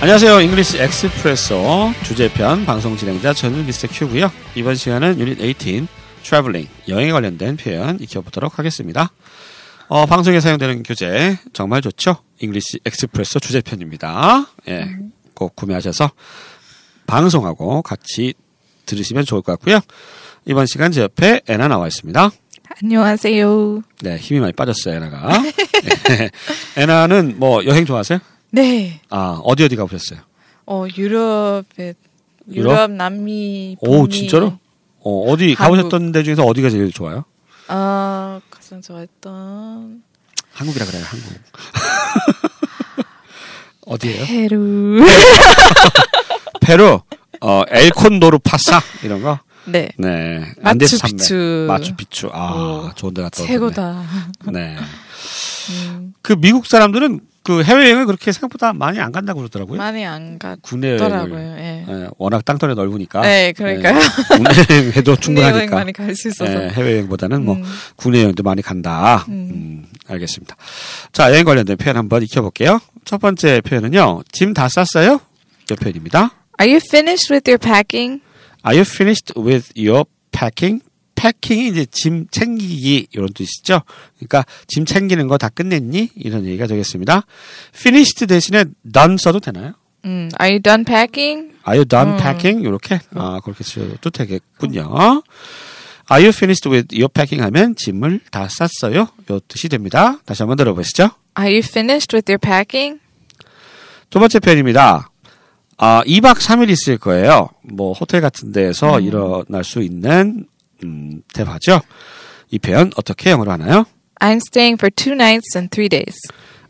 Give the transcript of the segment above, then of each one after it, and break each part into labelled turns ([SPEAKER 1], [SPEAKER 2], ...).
[SPEAKER 1] 안녕하세요. 잉글리시 엑스프레소 주제편 방송 진행자 저는 미스터 큐고요. 이번 시간은 유닛 18 트래블링 여행에 관련된 표현 익혀보도록 하겠습니다. 어, 방송에 사용되는 교재 정말 좋죠. 잉글리시 엑스프레소 주제편입니다. 예, 꼭 구매하셔서 방송하고 같이 들으시면 좋을 것 같고요. 이번 시간 제 옆에 애나 나와 있습니다.
[SPEAKER 2] 안녕하세요.
[SPEAKER 1] 네, 힘이 많이 빠졌어요, 애나가. 예, 애나는 뭐 여행 좋아하세요?
[SPEAKER 2] 네,
[SPEAKER 1] 아, 어디 어디 가보셨어요?
[SPEAKER 2] 어 유럽에 유럽,
[SPEAKER 1] 유럽?
[SPEAKER 2] 남미
[SPEAKER 1] 오
[SPEAKER 2] 북미,
[SPEAKER 1] 진짜로? 어 어디
[SPEAKER 2] 한국.
[SPEAKER 1] 가보셨던 데 중에서 어디가 제일 좋아요?
[SPEAKER 2] 아 가장 좋아했던
[SPEAKER 1] 한국이라 그래요 한국. 어디예요?
[SPEAKER 2] 페루.
[SPEAKER 1] 페루. 어 엘콘도르 파사 이런 거.
[SPEAKER 2] 네,
[SPEAKER 1] 네. 안데스 산맥.
[SPEAKER 2] 마추픽추.
[SPEAKER 1] 마추픽추. 아
[SPEAKER 2] 오,
[SPEAKER 1] 좋은데 갔다 오셨네.
[SPEAKER 2] 최고다.
[SPEAKER 1] 네.
[SPEAKER 2] 음,
[SPEAKER 1] 그 미국 사람들은 그 해외 여행을 그렇게 생각보다 많이 안 간다고 그러더라고요.
[SPEAKER 2] 많이 안
[SPEAKER 1] 국내
[SPEAKER 2] 갔더라고요.
[SPEAKER 1] 여행을.
[SPEAKER 2] 예.
[SPEAKER 1] 예, 워낙 땅덩이 넓으니까.
[SPEAKER 2] 네, 그러니까요.
[SPEAKER 1] 예, 국내 여행해도
[SPEAKER 2] 국내 여행
[SPEAKER 1] 충분하니까.
[SPEAKER 2] 많이 갈 수 있어서.
[SPEAKER 1] 예, 해외 여행보다는 뭐
[SPEAKER 2] 음,
[SPEAKER 1] 국내 여행도 많이 간다. 음.
[SPEAKER 2] 음.
[SPEAKER 1] 알겠습니다. 자, 여행 관련된 표현 한번 익혀볼게요. 첫 번째 표현은요. 짐 다 쌌어요? 이 표현입니다.
[SPEAKER 2] Are you finished with your packing?
[SPEAKER 1] Are you finished with your packing? 패킹이 이제 짐 챙기기 이런 뜻이죠. 그러니까 짐 챙기는 거 다 끝냈니? 이런 얘기가 되겠습니다. finished 대신에 done 써도 되나요?
[SPEAKER 2] 음, Are you done packing?
[SPEAKER 1] Are you done
[SPEAKER 2] 음.
[SPEAKER 1] packing? 이렇게 아 그렇게 쓰셔도 되겠군요. Are you finished with your packing? 하면 짐을 다 쌌어요. 요 뜻이 됩니다. 다시 한번 들어보시죠.
[SPEAKER 2] Are you finished with your packing?
[SPEAKER 1] 두 번째 표현입니다. 아, 2박 3일 있을 거예요. 뭐, 호텔 같은 데에서 일어날 수 있는, 음, 대화죠. 이 표현 어떻게 영어로 하나요?
[SPEAKER 2] I'm staying for two nights and three days.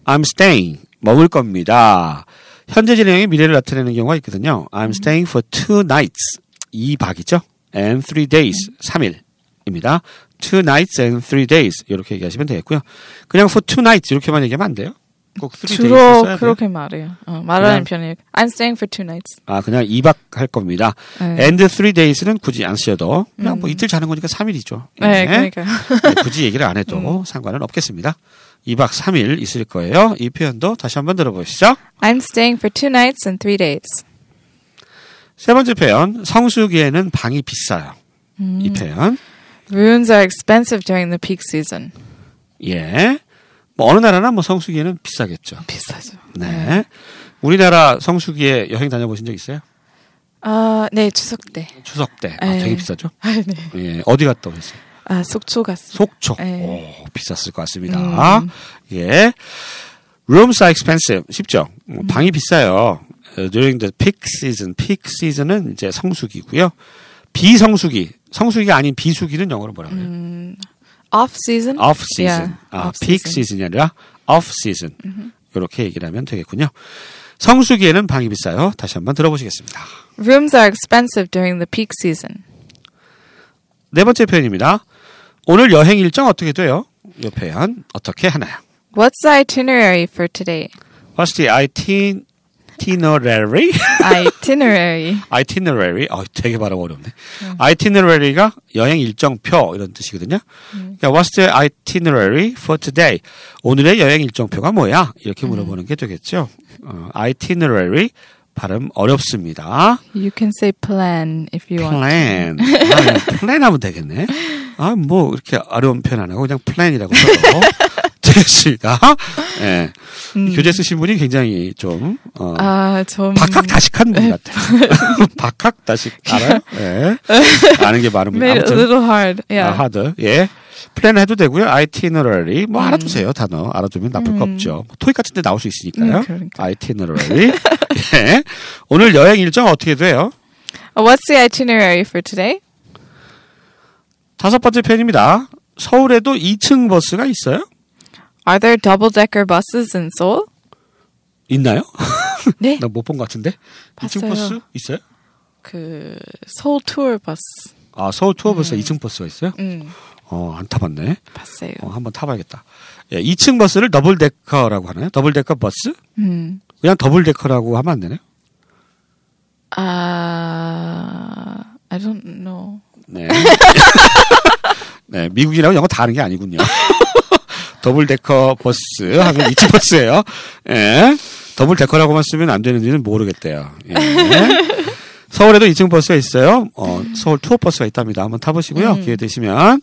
[SPEAKER 1] I'm staying. 머물 겁니다. 현재 진행이 미래를 나타내는 경우가 있거든요. I'm staying for two nights. 2박이죠. And three days. 3일입니다. Two nights and three days. 이렇게 얘기하시면 되겠고요. 그냥 for two nights. 이렇게만 얘기하면 안 돼요. 꼭 three days.
[SPEAKER 2] 주로
[SPEAKER 1] 써야 돼요.
[SPEAKER 2] 그렇게 말해요. 어, 말하는
[SPEAKER 1] 그냥-
[SPEAKER 2] 편이에요. I'm staying for two nights.
[SPEAKER 1] 아, 그냥 2박 할 겁니다.
[SPEAKER 2] 네, 음.
[SPEAKER 1] and three days는 굳이 안 쓰셔도 그냥 뭐 이틀 자는 거니까 3일이죠.
[SPEAKER 2] 네, 그러니까. 음.
[SPEAKER 1] 굳이 얘기를 안 해도 상관은 없겠습니다. 2박 3일 있을 거예요. 이 표현도 다시 한번 들어보시죠.
[SPEAKER 2] I'm staying for two nights and three days.
[SPEAKER 1] 세 번째 표현, 성수기에는 방이 비싸요.
[SPEAKER 2] 음.
[SPEAKER 1] 이 표현.
[SPEAKER 2] Rooms are expensive during the peak season.
[SPEAKER 1] 예. 뭐 어느 나라나 뭐 성수기에는 비싸겠죠.
[SPEAKER 2] 비싸죠.
[SPEAKER 1] 네. 우리나라 성수기에 여행 다녀보신 적 있어요?
[SPEAKER 2] 아, 네, 추석 때.
[SPEAKER 1] 추석 때. 아,
[SPEAKER 2] 네.
[SPEAKER 1] 되게 비싸죠?
[SPEAKER 2] 아, 네.
[SPEAKER 1] 예. 어디 갔다 오셨어요?
[SPEAKER 2] 아, 속초 갔어요.
[SPEAKER 1] 속초.
[SPEAKER 2] 네. 음.
[SPEAKER 1] 오, 비쌌을 것 같습니다. 예. Rooms are expensive. 쉽죠? 어,
[SPEAKER 2] 음.
[SPEAKER 1] 방이 비싸요. 어, During the peak season. peak season은 이제 성수기고요. 비성수기. 성수기가 아닌 비수기는 영어로 뭐라 그래요?
[SPEAKER 2] Off season?
[SPEAKER 1] off season.
[SPEAKER 2] Yeah,
[SPEAKER 1] 아,
[SPEAKER 2] off
[SPEAKER 1] peak
[SPEAKER 2] season.
[SPEAKER 1] season이 아니라 off season. 이렇게 얘기를 하면 되겠군요. 성수기에는 방이 비싸요. 다시 한번 들어보시겠습니다.
[SPEAKER 2] Rooms are expensive during the peak season.
[SPEAKER 1] 네 번째 표현입니다. 오늘 여행 일정 어떻게 돼요? 이 표현 어떻게 하나요?
[SPEAKER 2] What's the itinerary for today?
[SPEAKER 1] What's the itin- itinerary?
[SPEAKER 2] Itinerary.
[SPEAKER 1] itinerary. 아, 되게 발음 어렵네. itinerary가 여행 일정표 이런 뜻이거든요. 그러니까 what's the itinerary for today? 오늘의 여행 일정표가 뭐야? 이렇게 물어보는 게 되겠죠. 어, itinerary 발음 어렵습니다.
[SPEAKER 2] You can say plan if you want.
[SPEAKER 1] plan. 아, plan 하면 되겠네. 아, 뭐, 이렇게 어려운 표현 안 하고 그냥 plan이라고 써도 되겠습니다. 예. 교재 쓰신 분이 굉장히 좀, 어,
[SPEAKER 2] 아, 좀
[SPEAKER 1] 박학다식한
[SPEAKER 2] 네.
[SPEAKER 1] 분 같아요. 박학다식 알아요? 예.
[SPEAKER 2] 네.
[SPEAKER 1] 아는 게 많은 분.
[SPEAKER 2] made it
[SPEAKER 1] 아무튼
[SPEAKER 2] a little hard.
[SPEAKER 1] 아,
[SPEAKER 2] Yeah.
[SPEAKER 1] 하드 예. 플랜 해도 되고요. itinerary
[SPEAKER 2] 음.
[SPEAKER 1] 뭐 알아두세요 단어 알아두면 나쁠 거 없죠. 뭐 토익 같은데 나올 수 있으니까요.
[SPEAKER 2] 음, 그러니까.
[SPEAKER 1] itinerary 예. 오늘 여행 일정 어떻게 돼요?
[SPEAKER 2] What's the itinerary for today?
[SPEAKER 1] 다섯 번째 편입니다. 서울에도 2층 버스가 있어요?
[SPEAKER 2] Are there double decker buses in Seoul?
[SPEAKER 1] 있나요?
[SPEAKER 2] 네.
[SPEAKER 1] 나 못 본 것 같은데. 2층 버스
[SPEAKER 2] 봤어요.
[SPEAKER 1] 있어요?
[SPEAKER 2] 그 서울 투어 버스.
[SPEAKER 1] 아 서울
[SPEAKER 2] 네.
[SPEAKER 1] 투어버스 에 2층 버스가 있어요?
[SPEAKER 2] 음,
[SPEAKER 1] 어 안 타봤네.
[SPEAKER 2] 봤어요.
[SPEAKER 1] 어, 한번 타봐야겠다. 예, 2층 버스를 더블 데커라고 하나요? 더블 데커 버스?
[SPEAKER 2] 음.
[SPEAKER 1] 그냥 더블 데커라고 하면 안 되나요?
[SPEAKER 2] 아, I don't know.
[SPEAKER 1] 네. 네, 미국이라고 영어 다 하는 게 아니군요. 더블 데커 버스 하면 2층 버스예요. 예. 더블 데커라고만 쓰면 안 되는지는 모르겠대요. 예. 서울에도 2층 버스가 있어요. 어, 서울 투어 버스가 있답니다. 한번 타보시고요.
[SPEAKER 2] 음.
[SPEAKER 1] 기회 되시면.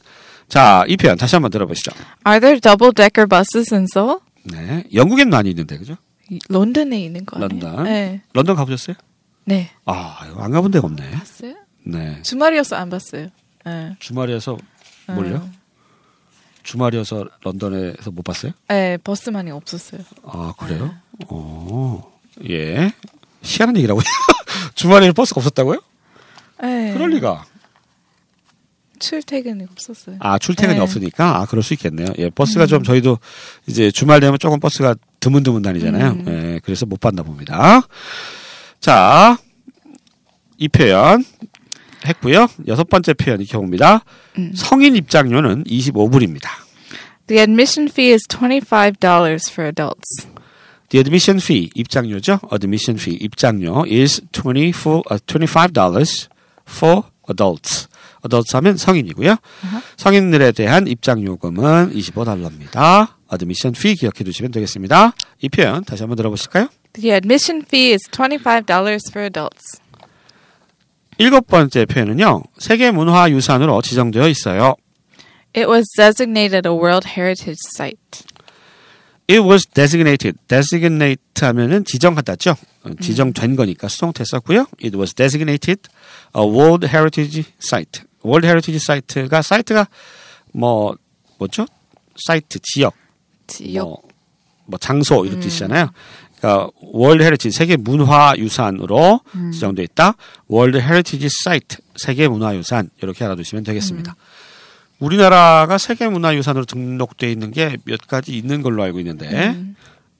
[SPEAKER 1] 자, 이 표현 다시 한번 들어보시죠.
[SPEAKER 2] Are there double decker buses in Seoul?
[SPEAKER 1] 네. 영국엔 많이 있는데, 그죠?
[SPEAKER 2] 이- 런던에 있는 거 아니에요?
[SPEAKER 1] 런던.
[SPEAKER 2] 네.
[SPEAKER 1] 런던 가보셨어요?
[SPEAKER 2] 네.
[SPEAKER 1] 아, 이거 안 가본 데가 없네.
[SPEAKER 2] 봤어요?
[SPEAKER 1] 네.
[SPEAKER 2] 주말이어서 안 봤어요. 네.
[SPEAKER 1] 주말이어서, 뭘요? 주말이어서 런던에서 못 봤어요?
[SPEAKER 2] 네, 버스만이 없었어요.
[SPEAKER 1] 아, 그래요?
[SPEAKER 2] 네.
[SPEAKER 1] 어, 예. 시하는 얘기라고요? 주말에 버스가 없었다고요?
[SPEAKER 2] 네.
[SPEAKER 1] 그럴리가.
[SPEAKER 2] 출퇴근이 없었어요.
[SPEAKER 1] 아 출퇴근이
[SPEAKER 2] 네. 음.
[SPEAKER 1] 없으니까 아 그럴 수 있겠네요. 예 버스가 좀 저희도 이제 주말 되면 조금 버스가 드문드문 다니잖아요.
[SPEAKER 2] 음.
[SPEAKER 1] 예 그래서 못 봤나 봅니다. 자이 표현 했고요. 여섯 번째 표현 익혀봅니다.
[SPEAKER 2] 음.
[SPEAKER 1] 성인 입장료는 25불입니다.
[SPEAKER 2] The admission fee is $25 for adults.
[SPEAKER 1] The admission fee 입장료죠. Admission fee 입장료 is 24, 아, $25 for adults. adults 하면 성인이고요. 성인들에 대한 입장 요금은 25달러입니다. admission fee 기억해 두시면 되겠습니다. 이 표현 다시 한번 들어보실까요?
[SPEAKER 2] The admission fee is $25 for adults.
[SPEAKER 1] 일곱 번째 표현은요. 세계 문화 유산으로 지정되어 있어요.
[SPEAKER 2] It was designated a World Heritage Site.
[SPEAKER 1] It was designated. designate 하면은 지정하다죠. 어, 지정된 거니까 수동태 썼고요. It was designated a World Heritage Site. World Heritage Site가 사이트가 뭐 뭐죠? 사이트 지역,
[SPEAKER 2] 지역.
[SPEAKER 1] 뭐, 뭐 장소 이런 뜻이잖아요. 그러니까 월드 헤리티지 세계 문화 유산으로 지정돼 있다. 월드 헤리티지 사이트 세계 문화 유산 이렇게 알아두시면 되겠습니다. 우리나라가 세계 문화 유산으로 등록돼 있는 게 몇 가지 있는 걸로 알고 있는데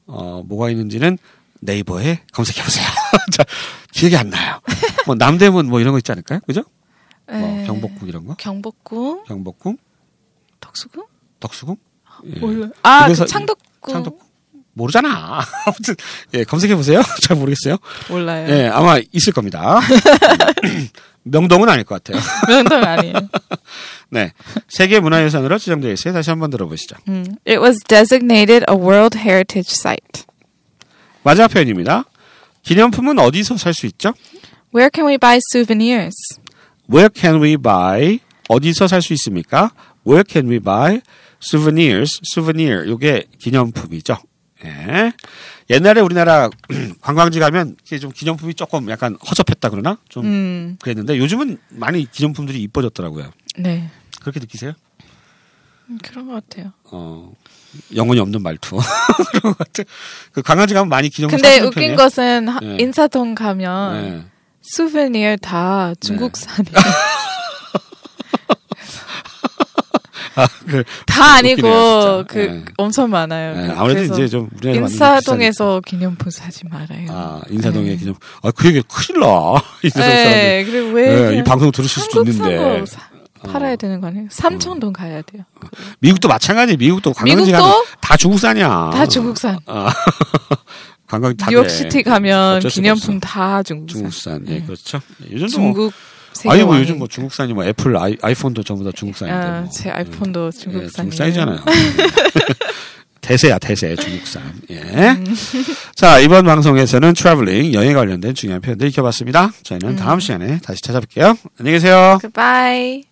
[SPEAKER 1] 어, 뭐가 있는지는 네이버에 검색해 보세요. 자, 기억이 안 나요. 뭐 남대문 뭐 이런 거 있지 않을까요? 그죠? 뭐
[SPEAKER 2] 네.
[SPEAKER 1] 경복궁 이런 거?
[SPEAKER 2] 경복궁,
[SPEAKER 1] 경복궁,
[SPEAKER 2] 덕수궁?
[SPEAKER 1] 덕수궁? 예.
[SPEAKER 2] 몰라. 아,
[SPEAKER 1] 그래서
[SPEAKER 2] 그
[SPEAKER 1] 이-
[SPEAKER 2] 창덕궁.
[SPEAKER 1] 창덕궁. 모르잖아. 아무튼 예, 검색해 보세요. 잘 모르겠어요.
[SPEAKER 2] 몰라요.
[SPEAKER 1] 예, 아마 있을 겁니다. 음. 명동은 아닐 것 같아요.
[SPEAKER 2] 명동 아니에요.
[SPEAKER 1] 네. 세계 문화유산으로 지정되어 있어요. 다시 한번 들어보시죠.
[SPEAKER 2] 음. It was designated a World Heritage Site.
[SPEAKER 1] 마지막 표현입니다. 기념품은 어디서 살 수 있죠?
[SPEAKER 2] Where can we buy souvenirs?
[SPEAKER 1] Where can we buy? 어디서 살 수 있습니까? Where can we buy souvenirs? souvenir 요게 기념품이죠. 예. 옛날에 우리나라 관광지 가면 이게 좀 기념품이 조금 약간 허접했다 그러나 좀
[SPEAKER 2] 음.
[SPEAKER 1] 그랬는데 요즘은 많이 기념품들이 이뻐졌더라고요.
[SPEAKER 2] 네.
[SPEAKER 1] 그렇게 느끼세요?
[SPEAKER 2] 음, 그런 것 같아요.
[SPEAKER 1] 어, 영혼이 없는 말투. 그런 것 같아. 그 관광지 가면 많이 기념품
[SPEAKER 2] 근데
[SPEAKER 1] 사시는
[SPEAKER 2] 웃긴
[SPEAKER 1] 편이에요?
[SPEAKER 2] 것은 하-
[SPEAKER 1] 네.
[SPEAKER 2] 인사동 가면
[SPEAKER 1] 네.
[SPEAKER 2] 수베니어
[SPEAKER 1] 예.
[SPEAKER 2] 다 중국산이에요.
[SPEAKER 1] 아, 그, 웃기네요,
[SPEAKER 2] 다 아니고
[SPEAKER 1] 진짜.
[SPEAKER 2] 그
[SPEAKER 1] 네.
[SPEAKER 2] 엄청 많아요.
[SPEAKER 1] 네, 아무래도
[SPEAKER 2] 그래서
[SPEAKER 1] 이제 좀 우리나라에 많이
[SPEAKER 2] 인사동에서 기념품 사지 말아요.
[SPEAKER 1] 아, 인사동에 기념. 아, 그 얘기 큰일 나. 인사동 사람들.
[SPEAKER 2] 네, 그리고 왜
[SPEAKER 1] 네,
[SPEAKER 2] 그냥
[SPEAKER 1] 이 방송 들으실 수도
[SPEAKER 2] 한국
[SPEAKER 1] 있는데. 어.
[SPEAKER 2] 산거 사- 팔아야 되는 거 아니에요? 삼천동 가야 돼요.
[SPEAKER 1] 미국도 마찬가지. 미국도 관광지
[SPEAKER 2] 미국도?
[SPEAKER 1] 가면 다 중국산이야.
[SPEAKER 2] 다 중국산.
[SPEAKER 1] 아, 관광지 다 그래.
[SPEAKER 2] 뉴욕시티 가면
[SPEAKER 1] 어쩔 수가
[SPEAKER 2] 기념품 다 중국산.
[SPEAKER 1] 중국산. 예, 그렇죠. 예, 요즘도 뭐,
[SPEAKER 2] 중국 세계
[SPEAKER 1] 아니 뭐
[SPEAKER 2] 왕이-
[SPEAKER 1] 요즘 뭐 중국산이 뭐 애플 아이, 아이폰도 전부 다 중국산인데.
[SPEAKER 2] 아,
[SPEAKER 1] 뭐.
[SPEAKER 2] 제 아이폰도 중국산이에요.
[SPEAKER 1] 예, 중국산이잖아요. 대세야 대세 중국산. 예. 자 이번 방송에서는 트래블링 여행
[SPEAKER 2] 음.
[SPEAKER 1] 관련된 중요한 표현들 익혀봤습니다. 저희는 다음 시간에 다시 찾아뵐게요. 안녕히 계세요.
[SPEAKER 2] Goodbye.